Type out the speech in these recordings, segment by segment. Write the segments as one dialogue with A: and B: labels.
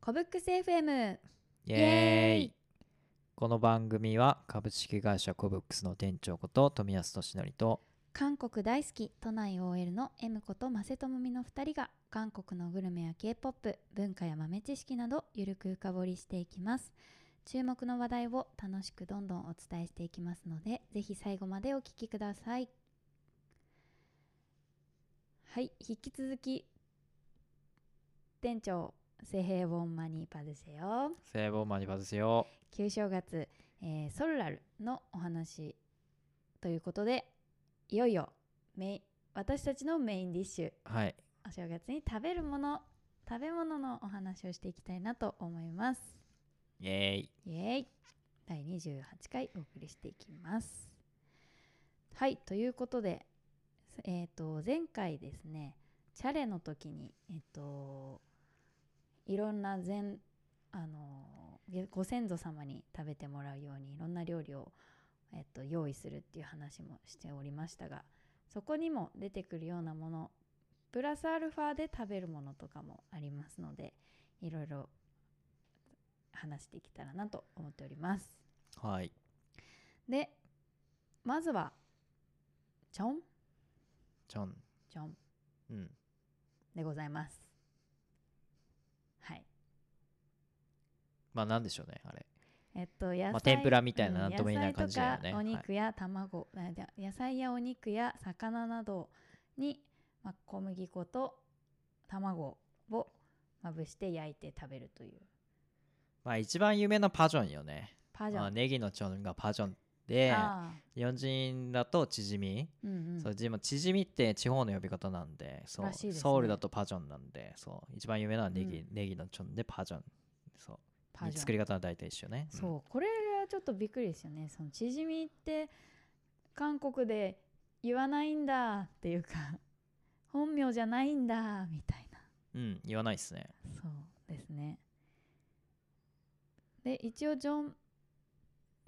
A: コブックス FM
B: イ
A: エ
B: エ
A: ー
B: ー
A: イ
B: イこの番組は株式会社コブックスの店長こと富安俊則と
A: 韓国大好き都内 OL の M 子とマセトモミの2人が韓国のグルメや K-POP 文化や豆知識などゆるく深掘りしていきます注目の話題を楽しくどんどんお伝えしていきますのでぜひ最後までお聞きくださいはい引き続き店長セヘウォンマニーパルシェよ
B: セーブオーマニバズセヨ
A: 旧正月、えーソルラルのお話ということでいよいよメイン私たちのメインディッシュ
B: はい
A: お正月に食べるもの食べ物のお話をしていきたいなと思います
B: イエーイ
A: イエーイ第28回お送りしていきますはいということでえっ、と前回ですねチャレの時にえっ、といろんな全あのげご先祖様に食べてもらうようにいろんな料理を、えっと用意するっていう話もしておりましたがそこにも出てくるようなものプラスアルファで食べるものとかもありますのでいろいろ話していけたらなと思っております。
B: はい
A: でまずはチョン
B: ちょん
A: チョン
B: うん
A: でございます。はい。
B: まあなんでしょうねあれ
A: えっと野菜、
B: まあ天ぷらみたいな
A: うん
B: なんとも言えない感じだよね
A: 野菜とかお肉や卵、あじゃ野菜やお肉や魚などに、まあ、小麦粉と卵をまぶして焼いて食べるという
B: まあ一番有名なパジョンよね
A: パジ
B: ま
A: ャ
B: あ、
A: ン。
B: ネギのちょんがパジョンで
A: あ
B: 日本人だとチヂミ、
A: ーうんうん、
B: そうでもチヂミって地方の呼び方なんでそう
A: らしいですね
B: ソウルだとパジョンなんでそう一番有名なのはネギ、
A: うん
B: ネギのちょんでパジョンそう
A: パジャン
B: 作り方は大体一緒ねん
A: そうこれがちょっとびっくりですよねそのチヂミって韓国で言わないんだっていうか本名じゃないんだみたいな
B: うん、言わないっすね
A: そうですねで一応ジョン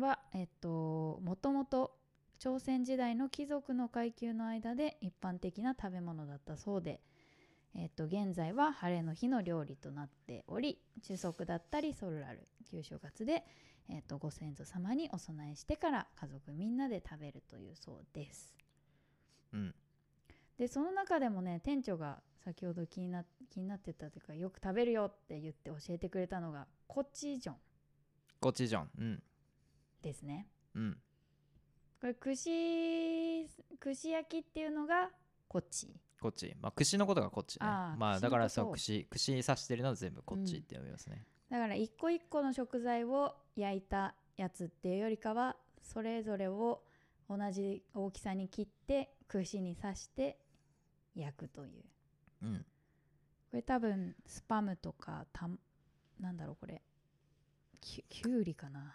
A: はえっともともと朝鮮時代の貴族の階級の間で一般的な食べ物だったそうで、えっと、現在は晴れの日の料理となっており中足だったりソルラル旧正月で、えっと、ご先祖様にお供えしてから家族みんなで食べるというそうです。
B: うん
A: でその中でもね店長が先ほど気にな気になってたというかよく食べるよって言って教えてくれたのがコチジョン
B: コチュジョンうん
A: ですね
B: うん
A: これ串串焼きっていうのがコチ
B: こっちまあ串のことがこっちね
A: あー
B: まあ
A: 串の
B: だからそ
A: こと
B: う串串刺してるのは全部こっちって呼びますね、
A: だから一個一個の食材を焼いたやつっていうよりかはそれぞれを同じ大きさに切って串に刺して焼くという
B: うん
A: これ多分スパムとかたんなんだろうこれきゅきゅうりか な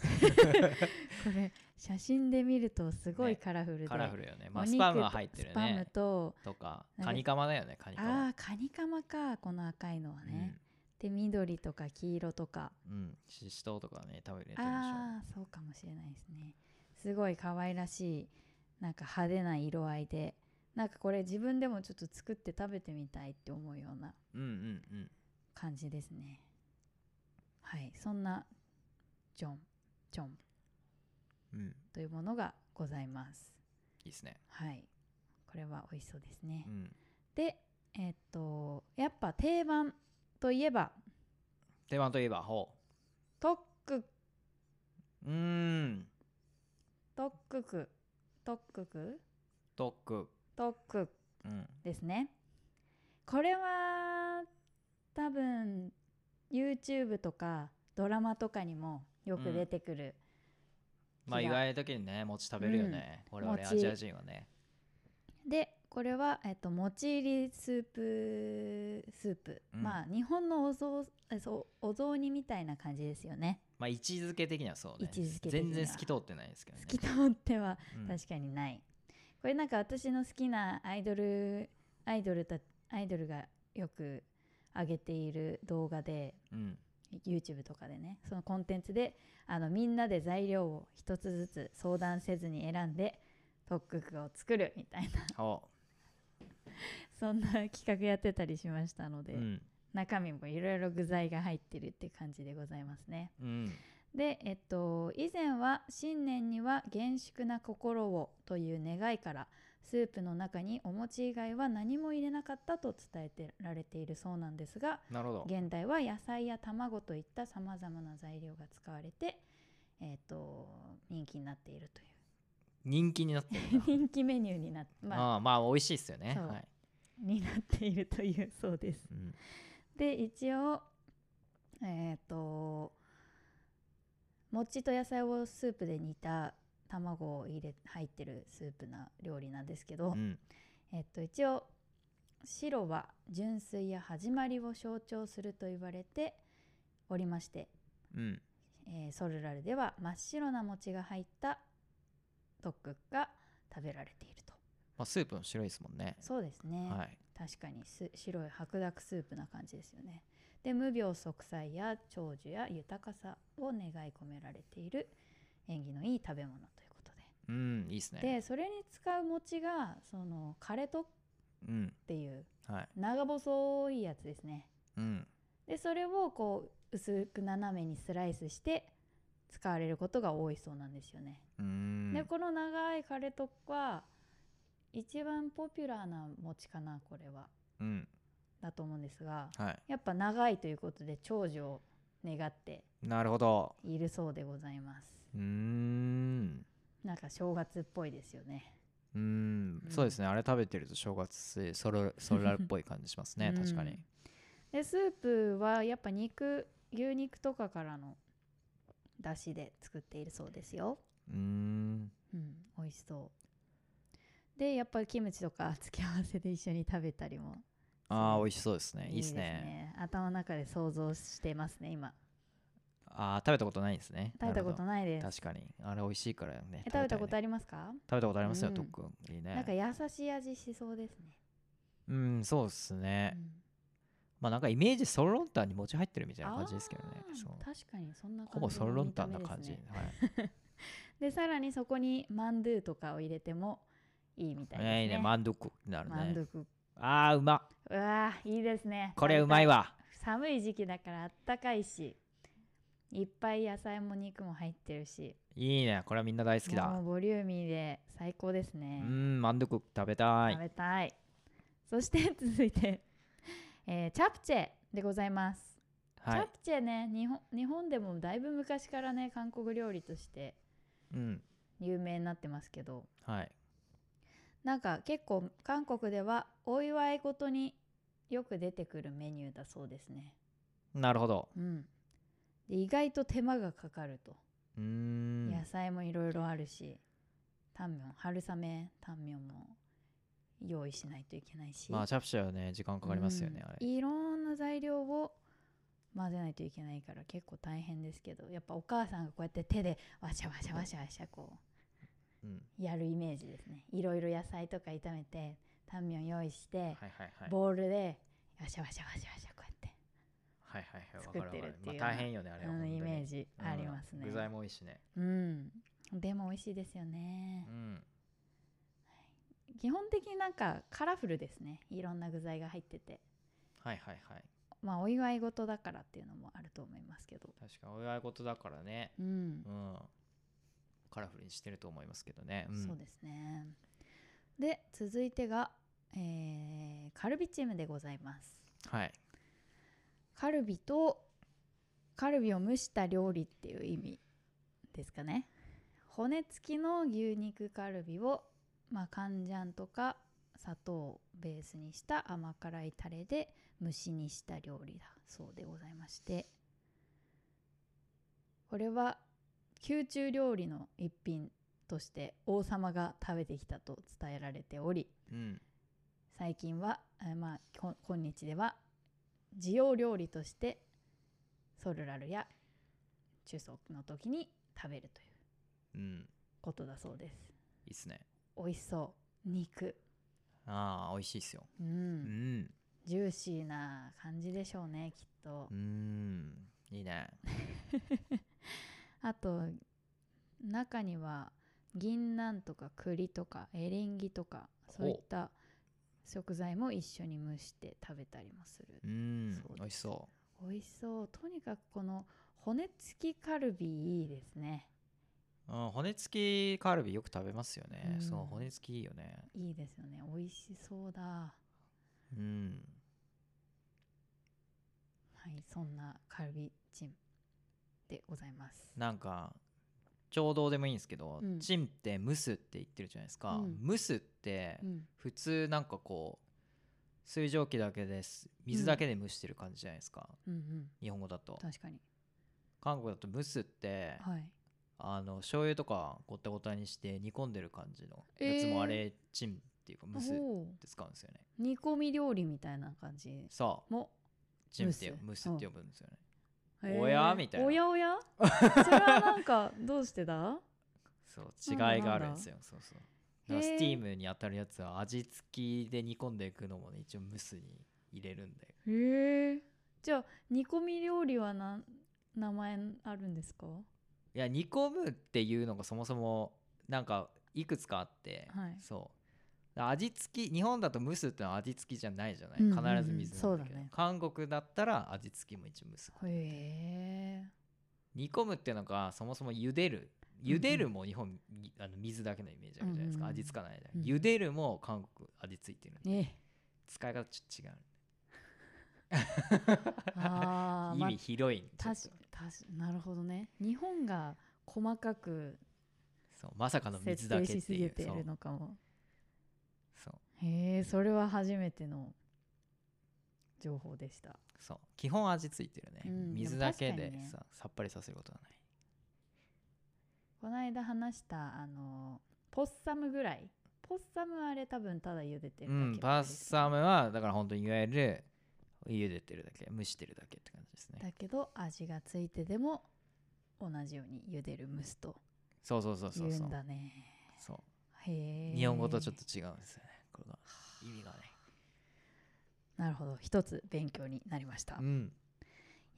A: これ写真で見るとすごい
B: ね
A: カラフルで、
B: カラフルよねま
A: お
B: あ
A: 肉
B: スパムは入ってる
A: スパム
B: ね
A: と
B: とか
A: なんか
B: カニカマだよねカニカマ
A: ああーカニカマかこの赤いのは
B: う
A: ね
B: ん、
A: で緑とか黄色とか
B: うんししとうとかね食べれてるでし
A: ああーそうかもしれないですねすごい可愛らしいなんか派手な色合いでなんかこれ自分でもちょっと作って食べてみたいって思うような
B: ょうんうんうん
A: 感じですねはいそんなジョンジョン
B: うん
A: というものがございます
B: いいっすね
A: はいこれは美味しそうですね、
B: うん
A: でえっとやっぱ定番といえば
B: 定番といえばほ
A: トック
B: ううーん
A: トッククトックク
B: トック
A: トック
B: うん
A: ですねこれは多分 YouTube とかドラマとかにもよく出てくる、
B: まあ
A: 違う
B: 意外な時にね餅食べるよね、我々ア
A: 餅
B: ジア人はね
A: でこれは、えっと、もち入りスープスープ、
B: うん
A: まあ日本のお雑えそうお雑煮みたいな感じですよね
B: まあ位置づけ的にはそうね
A: 位置づけ的に
B: 全
A: は
B: 然透き通ってないですけどね
A: 透き通っては
B: うん
A: 確かにない、これなんか私の好きなアイドルアイドルたアイドルがよく上げている動画で
B: うん、
A: YouTube とかでねそのコンテンツであのみんなで材料を一つずつ相談せずに選んで特区を作るみたいな
B: ほ
A: そんな企画やってたりしましたので、
B: う、うん、
A: 中身もいろいろ具材が入ってるって感じでございますね。
B: うん
A: で、えっと、以前は新年には厳粛な心をという願いからスープの中にお餅以外は何も入れなかったと伝えてられているそうなんですが
B: なるほど
A: 現代は野菜や卵といったさまざまな材料が使われて、えっと人気になっているとい
B: 人気になって る
A: う人気メニューにな,、 まあ、
B: ああまあ美味しいっすよね
A: そう
B: はい
A: になっているというそうです。
B: うん
A: で一応えっ、と餅と野菜をスープで煮た卵を入れ入ってるスープな料理なんですけど、
B: うん
A: えっと一応白は純粋や始まりを象徴すると言われておりまして、
B: うん
A: えーソルラルでは真っ白な餅が入ったトックが食べられていると
B: まあスープも白いですもんね
A: そうですね、
B: はい
A: 確かにす白い白濁スープな感じですよねで無病息災や長寿や豊かさを願い込められている縁起のいい食べ物ということ
B: うんいいっす
A: で、
B: ね
A: でそれに使う餅がその枯れとっ
B: うん
A: ていう
B: はい
A: 長細いやつですね
B: うん
A: でそれをこう薄く斜めにスライスして使われることが多いそうなんですよね、
B: うーん
A: でこの長い枯れとっは一番ポピュラーな餅かなこれは
B: うん
A: だと思うんですが
B: はい
A: やっぱ長いということで長寿を願って
B: なるほど
A: いるそうでございます
B: うーん
A: なんか正月っぽいですよね
B: うーんそうですねあれ食べてると正月ソ ロソロラルっぽい感じしますね
A: うん
B: 確かに
A: でスープはやっぱ肉牛肉とかからの出汁で作っているそうですよ
B: うーん
A: うん美味しそうでやっぱりキムチとか付け合わせで一緒に食べたりも
B: ああ美味しそうですねいい
A: い
B: っ
A: い
B: すね
A: 頭の中で想像してますね今
B: ああ食べたことないんですね
A: 食べたこ
B: な
A: と
B: る
A: ないで
B: ほど
A: す
B: 確かにあれ美味しいからね
A: え食べたこと
B: いね
A: ありますか、
B: 食べたことありますよ
A: うん
B: とっくんいい
A: なんか
B: ね
A: 優しい味しそうですね、
B: うんそうですね
A: うん
B: まあなんかイメージソロロンタンに持ち入ってるみたいな
A: あ
B: 感じですけどね
A: ー
B: そう
A: 確かにそんな感じ
B: ほぼソロロンタンな
A: の見た目
B: 感
A: です
B: じ、
A: ね
B: はい
A: でさらにそこにマンドゥとかを入れてもいいみたいですね
B: いいね満足になる
A: マンド
B: ね
A: ゥク
B: あーうまっ
A: うわーいいですね
B: これうまいわ
A: 寒い時期だからあったかいしいっぱい野菜も肉も入ってるし
B: いいねこれはみんな大好き
A: も
B: だ
A: うボリューミーで最高です
B: う
A: ね、
B: ん満足食べた
A: 食
B: い
A: べたいそして 続いて、えーチャプチェでございます、
B: は
A: チャ
B: い
A: プチェね日本日本でもだいぶ昔からね韓国料理として
B: うん
A: 有名になってますけど
B: はい
A: なんか結構韓国ではお祝いごとによく出てくるメニューだそうですね。
B: なるほど
A: うん、で意外と手間がかかると、
B: うーん
A: 野菜もいろいろあるしタンミョン春雨タンミョンも用意しないといけないし、
B: まあチャプチェはね時間かかりますよね
A: うん
B: あれ
A: いろんな材料を混ぜないといけないから結構大変ですけどやっぱお母さんがこうやって手でわしゃわしゃわしゃわしゃこう
B: うん
A: やるイメージですねいろいろ野菜とか炒めてタンミョン用意して、
B: はいはいはい
A: ボールでわしゃわしゃわしゃわしゃこうやって
B: はいはいはいわ
A: 作
B: か
A: っ
B: るわか
A: てるっ
B: る
A: ていう
B: まあ大変よねあれは
A: あの
B: 本当に
A: イメージありますね
B: うん具材も多いしね
A: うんでも美味しいですよね
B: う、ん
A: 基本的になんかカラフルですねいろんな具材が入ってて
B: はいはいはい
A: まあお祝い事だからっていうのもあると思いますけど
B: 確かお祝い事だからね
A: うん
B: う、んカラフルにしてると思いますけどねうん
A: そうですねで続いてが、えーカルビチームでございます
B: はい
A: カルビとカルビを蒸した料理っていう意味ですかね骨付きの牛肉カルビをまあカンジャンとか砂糖をベースにした甘辛いタレで蒸しにした料理だそうでございましてこれは宮中料理の一品として王様が食べてきたと伝えられており
B: うん
A: 最近は、えーまあ、こ今日では需要料理としてソルラルや中足の時に食べるという
B: うん
A: ことだそうです
B: いいっすね
A: 美味しそう肉
B: ああ美味しいっすよ
A: うん、
B: うん
A: ジューシーな感じでしょうねきっと、
B: うんいいね
A: あと中には銀杏とか栗とかエリンギとかそういった食材も一緒に蒸して食べたりもする
B: うん
A: そうです
B: 美味しそ
A: 美味しそうとにかくこの骨付きカルビいいですね
B: う、うん、骨付きカルビよく食べますよね、
A: うん
B: そう骨付きいいよね
A: いいですよね美味しそうだは
B: うん
A: いそんなカルビチンでございます
B: なんかちょうどでもいいんですけど、
A: うん
B: チンって蒸すって言ってるじゃないですか、
A: うん
B: 蒸すって
A: うん
B: 普通なんかこう水蒸気だけです水だけで蒸してる感じじゃないですか、
A: うんうん
B: 日本語だと
A: 確かに
B: 韓国だと蒸すって、
A: はい
B: あの醤油とかごったごたにして煮込んでる感じの
A: えー
B: やつもあれチンっていうか蒸すっ
A: おー
B: て使うんですよね、
A: 煮込み料理みたいな感じ
B: さあ
A: も
B: チンって
A: 蒸
B: 蒸
A: す
B: すって呼ぶんですよね
A: へー
B: おやみたいな
A: おやおやそれはなんかどうしてだ
B: そう
A: なんだ
B: 違いがあるんですよそうそうだ
A: へ
B: から
A: ー
B: スティームに当たるやつは味付きで煮込んでいくのもね一応蒸すに入れるんで
A: へえじゃあ煮込み料理はな名前あるんですか
B: いや煮込むっていうのがそもそもなんかいくつかあって、
A: はい
B: そう味付き日本だと蒸すってのは味付きじゃないじゃない、
A: うんうんうん
B: 必ず水なんだ
A: そ
B: け
A: う
B: ど
A: だね
B: 韓国だったら味付きも一応蒸す
A: へえ
B: 煮込むっていうのがそもそも茹でる
A: んうん
B: 茹でるも日本、にあの水だけのイメージあるじゃないですか、
A: うんうんうん
B: 味付かないじゃ
A: うん
B: ん、茹でるも韓国味付いてるんで、
A: ね
B: 使い方ちょっと違う
A: あー、まあ
B: 意味広いんで
A: た
B: ち
A: し
B: ょっと
A: たしなるほどね日本が細かく
B: そうまさかの
A: 設
B: 水だ
A: 定
B: けっ
A: してす
B: い
A: ぎ
B: う
A: てい
B: そう
A: るのかも
B: そう
A: へえそれは初めての情報でした
B: そう基本味付いてるね、
A: うん
B: 水だ
A: で
B: け
A: も
B: で
A: 確かにね
B: ささっぱりさせることはない
A: この間話したあのポッサムぐらいポッサムはあれ多分ただ茹でて
B: う
A: るだけ
B: ん、パッサムはだから本当にいわゆる茹でてるだけ蒸してるだけって感じですね
A: だけど味がついてでも同じように茹でる蒸すと
B: そうそうそう
A: 言
B: そううそ
A: ん
B: う
A: だね
B: そ
A: へ
B: う
A: え
B: 日本語とちょっと違うんですよねこれが意味がね
A: なるほど一つ勉強になりました、
B: う
A: い
B: ん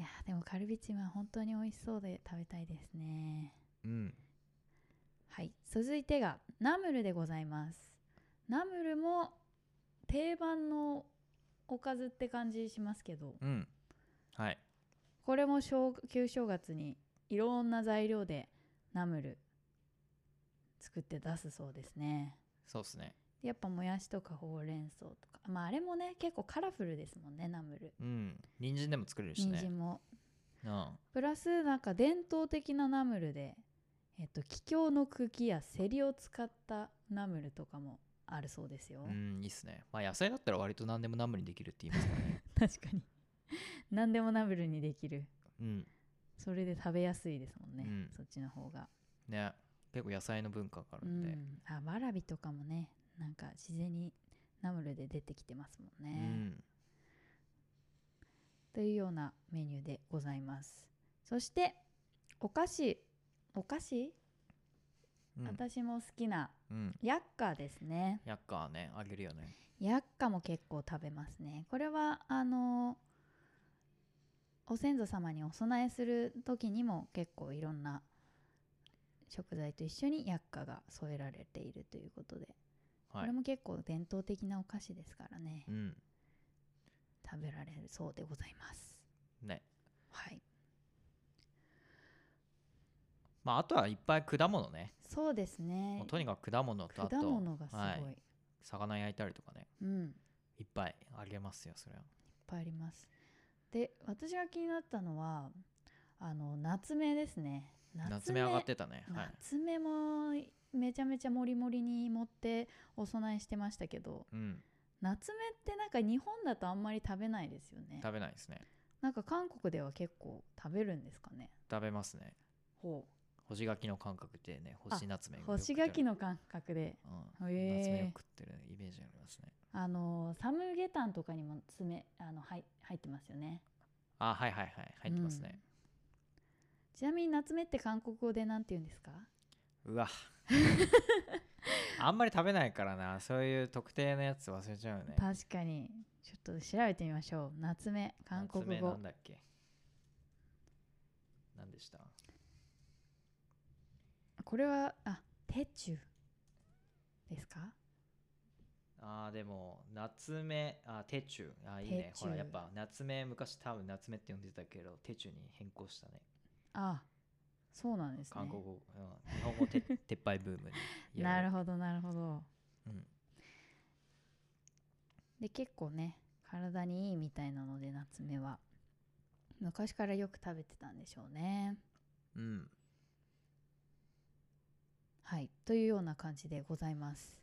A: やーでもカルビチンは本当に美味しそうで食べたいですね
B: うん
A: はい続いてがナムルでございますナムルも定番のおかずって感じしますけど
B: うんはい
A: これも正旧正月にいろんな材料でナムル作って出すそうですね
B: そうですね
A: やっぱもやしとかほうれん草とかまああれもね結構カラフルですもんねナムル
B: うん人参でも作れるし
A: 人
B: ね
A: 参も
B: うん
A: プラスなんか伝統的なナムルでえっと桔梗の茎やセリを使ったナムルとかもあるそうですよ、
B: うんいいっすねまあ野菜だったら割と何でもナムルにできるって言いますからね
A: 確かに何でもナムルにできる
B: うん
A: それで食べやすいですもんね、
B: うん
A: そっちの方が、
B: ね結構野菜の文化があ
A: う
B: るんで
A: ん、あわらびとかもねなんか自然にナムルで出てきてますもん
B: う
A: ね、
B: ん
A: というようなメニューでございますそしてお菓子お菓子、
B: うん
A: 私も好きな
B: うん
A: ヤッカーですね
B: やっかはねあげるよね
A: ヤッカも結構食べますねこれはあのお先祖様にお供えする時にも結構いろんな食材と一緒にヤッカが添えられているということで、
B: は
A: こ
B: い
A: れも結構伝統的なお菓子ですからね、
B: うん
A: 食べられるそうでございます
B: ね
A: はい
B: まああとはいっぱい果物ね
A: そうですね
B: もうとにかく果物とあと
A: 果物がすごい、
B: はい魚焼いたりとかね
A: うんいっ
B: いっぱいあげますよそれは
A: ぱいありますで私が気になったのはあの夏目ですね
B: 夏目上がってたねはい
A: 夏目もめちゃめちゃもりもりに盛ってお供えしてましたけど
B: うん
A: 夏目ってなんか日本だとあんまり食べないですよね
B: 食べないですね
A: なんか韓国では結構食べるんですかね
B: 食べますね
A: ほ
B: 干し柿の感覚でね干し夏目
A: う
B: が
A: 干
B: よく食
A: し
B: べる
A: 柿の感覚で
B: うん
A: へえ
B: 夏目を食ってるイメージがありますね
A: あのーサムゲタンとかにも爪あの入入ってますよね
B: あはいはいはい入ってますね
A: ちなみに夏目って韓国語でなんて言うんですか
B: うわあんまり食べないからなそういう特定のやつ忘れちゃうね
A: 確かにちょっと調べてみましょう夏目韓国
B: 夏目な
A: 語
B: んだっけ何でした
A: これはあテチュですか
B: あーでも夏目あーテチュあーいいね
A: テチュ
B: ほらやっぱ夏目昔多分夏目って呼んでたけどテチュに変更したね
A: あそうなんですね
B: 韓国語、うん、日本 語て撤廃ブームに
A: なる
B: ほ
A: ほどなるほど
B: ど、うん、
A: で結構ね体にいいみたいなので夏目は昔からよく食べてたんでしょうね
B: うん、
A: はいというような感じでございます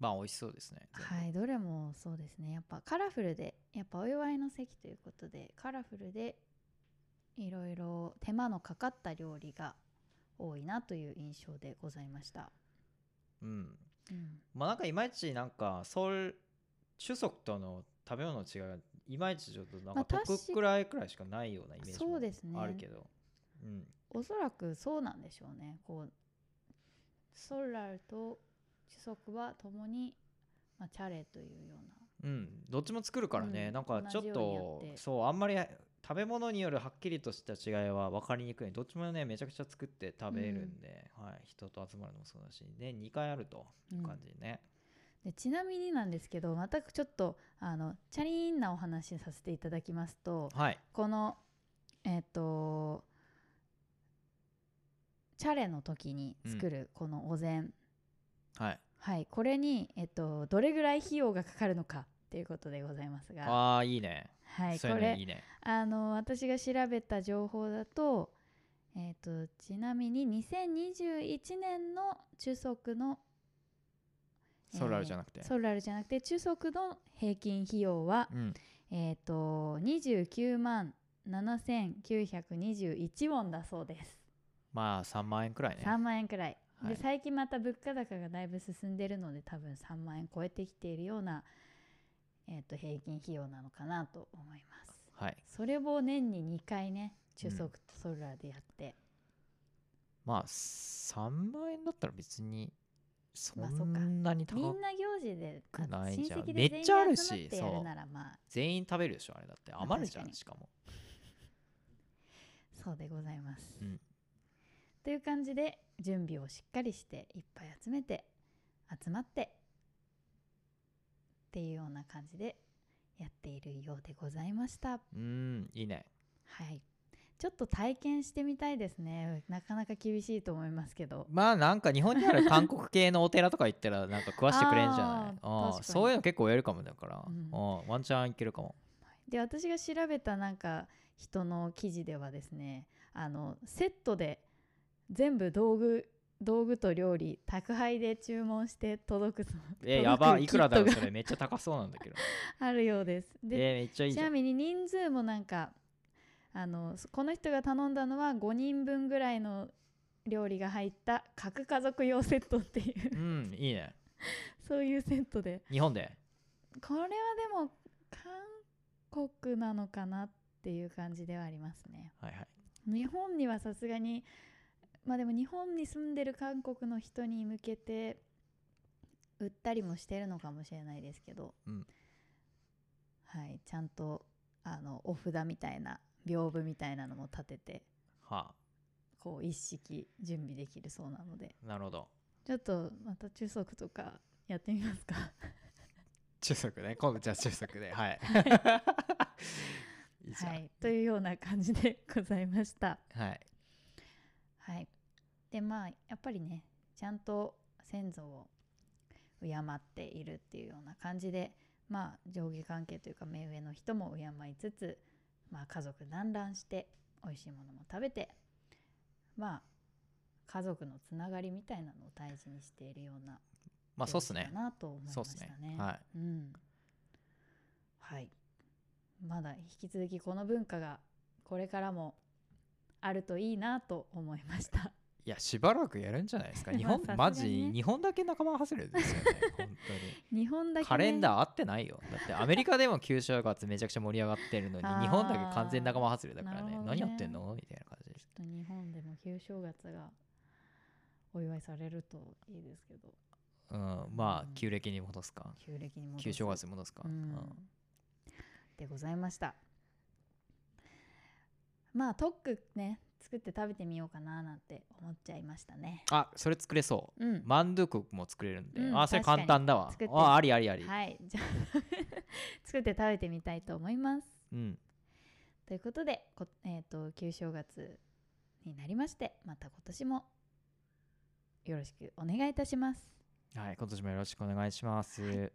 B: まあ美味しそうですね全部
A: はいどれもそうですねやっぱカラフルでやっぱお祝いの席ということでカラフルでいろいろ手間のかかった料理が多いなという印象でございました、
B: うん
A: うん、
B: まあなんかいまいちなんかソウル主足との食べ物の違いがいまいちちょっとなん
A: ま
B: か
A: あ確
B: 得くらいくらいしかないようなイメージ
A: そうですね
B: もあるけど、うん
A: おそらくそうなんでしょうねこうソラルとチュソクは共に、まあ、チャレというような
B: うん、どっちも作るからね、
A: うん
B: なんかちょ
A: 同
B: っ
A: じよ
B: と
A: うにやって
B: そうあんまり食べ物によるはっきりとした違いは分かりにくいどっちもねめちゃくちゃ作って食べるんで、はい、人と集まるのもそうだしで2回あるという感じね、
A: でちなみになんですけどまたちょっとあのチャリーンなお話させていただきますと
B: はい
A: このえっ、とチャレの時に作るこのお膳、
B: はい
A: はいこれに、えっとどれぐらい費用がかかるのかっていうことでございますが
B: ああいいね、
A: はいこ
B: そういうの
A: れ
B: いいね
A: あの私が調べた情報だと,、えー、とちなみに2021年の中足の
B: ソラルじゃなくて、
A: ソラルじゃなくて中足の平均費用は、
B: うん
A: えー、と29万7921ウォンだそうです、
B: まあ3万円くらいね
A: 3万円くらい、
B: はい
A: で最近また物価高がだいぶ進んでるので多分3万円超えてきているような、えー、と平均費用なのかなと思います
B: はい
A: それを年に2回ね中足とソルラーでやって、
B: まあ3万円だったら別にそ
A: まあそっか
B: んなに高く、
A: みんな行事で
B: く
A: あ
B: ない
A: 親
B: じゃん
A: 戚
B: め
A: で
B: っ
A: 全員
B: ちゃあるし
A: 集まってや
B: そ
A: る
B: う
A: ならまあ
B: 全員食べるでしょあれだって
A: あ
B: 余るじ
A: 確
B: ゃ
A: か
B: ん
A: に
B: しかも
A: そうでございます、
B: うん
A: という感じで準備をしっかりしていっぱい集めて集まってっていうような感じでやっているようでございました
B: うんいいね
A: はいちょっと体験してみたいですねなかなか厳しいと思いますけど
B: まあなんか日本にあ る韓国系のお寺とか行ったらなんか食わしてくれんじゃない
A: あー確
B: あ
A: か
B: ー
A: に
B: そういうの結構やるかもだから、
A: うん
B: うんワンチャンいけるかも
A: で私が調べたなんか人の記事ではですねあのセットで全部道具道具と料理宅配で注文して届くそう
B: え
A: 届く
B: ーやばいくらだろう
A: キッ
B: そ
A: ト
B: れめっちゃ高そうなんだけど
A: があるようです
B: えー
A: で、
B: めっちゃいい
A: ち
B: じゃ
A: なんみに人数もなんかあのそこの人が頼んだのは5人分ぐらいの料理が入った核家族用セットっていう
B: うんいいね
A: そういうセットで
B: 日本で
A: これはでも韓国なのかなっていう感じではありますね
B: はいはい
A: 日本にはさすがにまあでも日本に住んでる韓国の人に向けて売ったりもしてるのかもしれないですけど、
B: うん
A: はい、ちゃんとあのお札みたいな屏風みたいなのも立てて
B: は
A: こう一式準備できるそうなので
B: あなるほど
A: ちょっとまた中足とかやってみますか
B: 中足ね今度じゃあ中足 ではい いいじゃん
A: はい、というような感じでございました。
B: はい
A: はい、でまあやっぱりねちゃんと先祖を敬っているっていうような感じでまあ上下関係というか目上の人も敬いつつ、まあ、家族団らんして美味しいものも食べてまあ家族のつながりみたいなのを大事にしているような
B: まあそうっす
A: 行
B: ね
A: 事だなと思いま
B: そうっ
A: し
B: す
A: た
B: ね
A: ね。
B: はい
A: うん、はいまだ引き続きこの文化がこれからもあるといいなと思いました。
B: いやしばらくやるんじゃないですか 日本、
A: まあ
B: マ
A: さすがにね
B: ジ日本だけ仲間外れです よね本当に
A: 日本だけね、
B: カレンダー合ってないよだってアメリカでも旧正月めちゃくちゃ盛り上がってるの に
A: あー
B: 日本だけ完全仲間外れだから
A: なる
B: ね
A: ほどね
B: 何やってんのみたいな感じです
A: ちょっと日本でも旧正月がお祝いされるといいですけど
B: うんまあ
A: うん
B: 旧暦に戻すか
A: 旧暦に戻す
B: 旧正月に戻すか、
A: う
B: うん
A: んでございましたまあトックね作って食べてみようかななんて思っちゃいましたね。
B: あそれ作れそう
A: うん、
B: マンドゥクも作れるんで、
A: うん
B: あそれ簡単だわ
A: 確かに作って
B: あありありあり、
A: はい、 じゃあ作って食べてみたいと思います。
B: うん
A: ということで、こえっ、と旧正月になりまして、また今年もよろしくお願いいたします。
B: はい、今年もよろしくお願いします、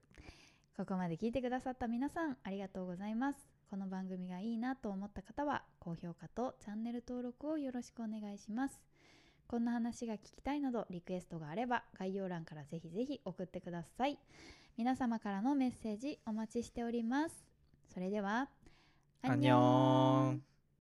A: ここまで聞いてくださった皆さんありがとうございます。この番組がいいなと思った方は高評価とチャンネル登録をよろしくお願いします。こんな話が聞きたいなどリクエストがあれば概要欄からぜひぜひ送ってください。皆様からのメッセージお待ちしております。それでは、
B: アンニョン